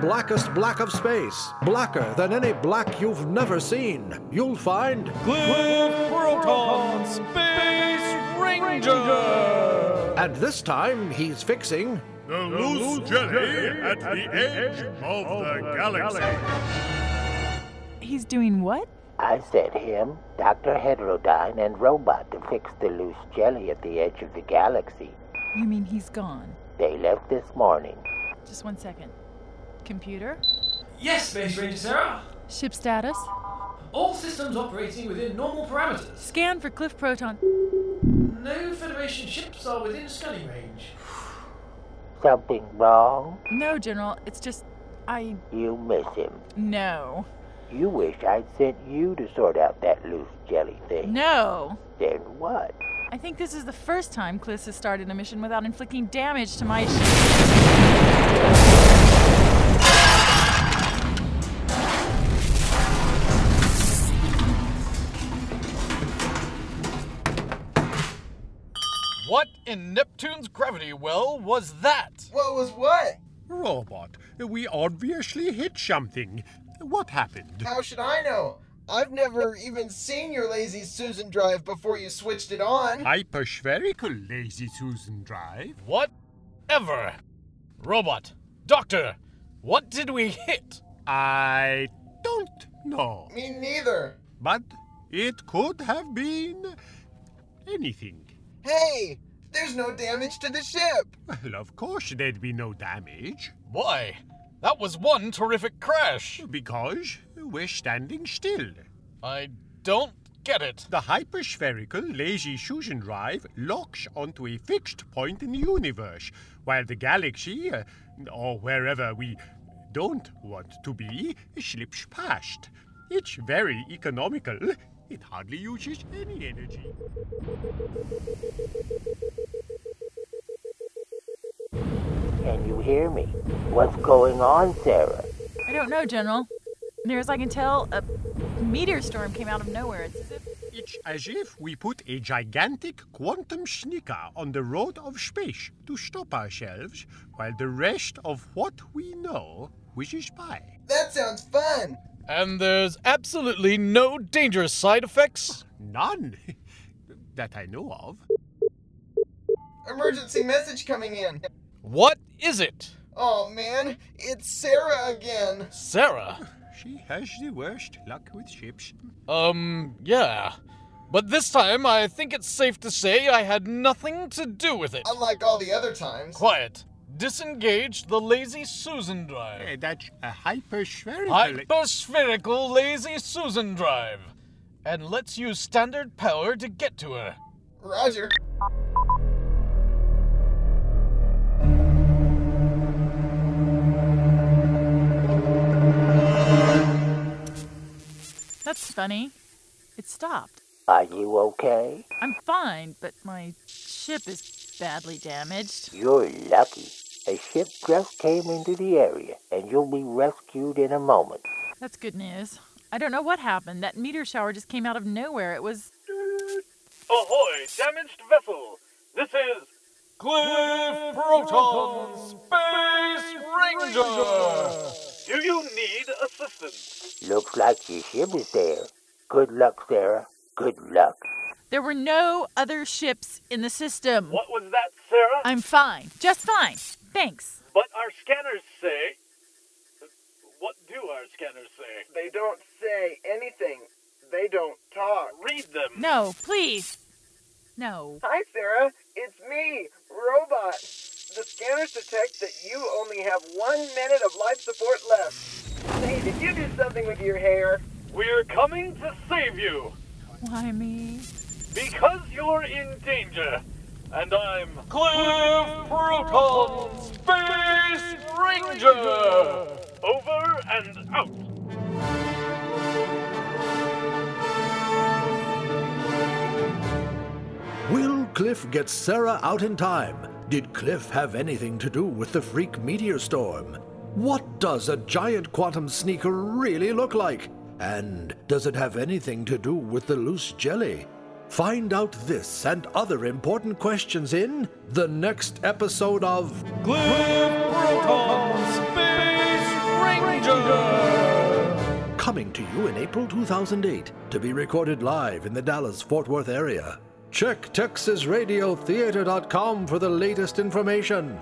blackest black of space, blacker than any black you've never seen. You'll find Cliff Proton Space Ranger! And this time he's fixing. The loose jelly at the edge of the galaxy. He's doing what? I said him, Dr. Heterodyne, and Robot to fix the loose jelly at the edge of the galaxy. You mean he's gone? They left this morning. Just one second. Computer? Yes, Space Ranger Sarah. Ship status? All systems operating within normal parameters. Scan for Cliff Proton. No Federation ships are within scanning range. Something wrong? No, General. It's just. I. You miss him. No. You wish I'd sent you to sort out that loose jelly thing. No! Then what? I think this is the first time Cliff has started a mission without inflicting damage to my. Sh- What in Neptune's gravity well was that? What was what? Robot, we obviously hit something. What happened? How should I know? I've never even seen your lazy Susan drive before you switched it on. Hyperspherical Lazy Susan Drive? What ever? Robot, Doctor, what did we hit? I don't know. Me neither. But it could have been anything. Hey, there's no damage to the ship. Well, of course there'd be no damage. Why, that was one terrific crash. Because we're standing still. I don't get it. The hyperspherical lazy Susan drive locks onto a fixed point in the universe, while the galaxy, uh, or wherever we don't want to be, slips past. It's very economical. It hardly uses any energy. Can you hear me? What's going on, Sarah? I don't know, General. Near as I can tell, a meteor storm came out of nowhere. It's as if. It's as if we put a gigantic quantum sneaker on the road of space to stop ourselves, while the rest of what we know whizzes by. That sounds fun. And there's absolutely no dangerous side effects. None that I know of. Emergency message coming in. What is it? Oh man, it's Sarah again. Sarah? She has the worst luck with ships. Um, yeah. But this time, I think it's safe to say I had nothing to do with it. Unlike all the other times. Quiet. Disengage the lazy Susan drive. Eh, that's a hyperspherical. Hyperspherical lazy Susan drive. And let's use standard power to get to her. Roger. That's funny. It stopped. Are you okay? I'm fine, but my ship is badly damaged. You're lucky. A ship just came into the area, and you'll be rescued in a moment. That's good news. I don't know what happened. That meteor shower just came out of nowhere. It was. Ahoy, damaged vessel! This is Cliff Proton Space Ranger! Do you need assistance? Looks like your ship is there. Good luck, Sarah. Good luck. There were no other ships in the system. What was that, Sarah? I'm fine. Just fine. Thanks. But our scanners say. What do our scanners say? They don't say anything. They don't talk. Read them. No, please. No. Hi, Sarah. It's me, Robot. The scanners detect that you only have one minute of life support left. Hey, did you do something with your hair? We're coming to save you Why me? because you're in danger. And I'm Cliff Proton Space Ranger! Over and out. Will Cliff get Sarah out in time? Did Cliff have anything to do with the freak meteor storm? What does a giant quantum sneaker really look like? And does it have anything to do with the loose jelly? Find out this and other important questions in the next episode of Cliff Proton Space Ranger! coming to you in April 2008 to be recorded live in the Dallas Fort Worth area. Check TexasRadioTheater.com for the latest information.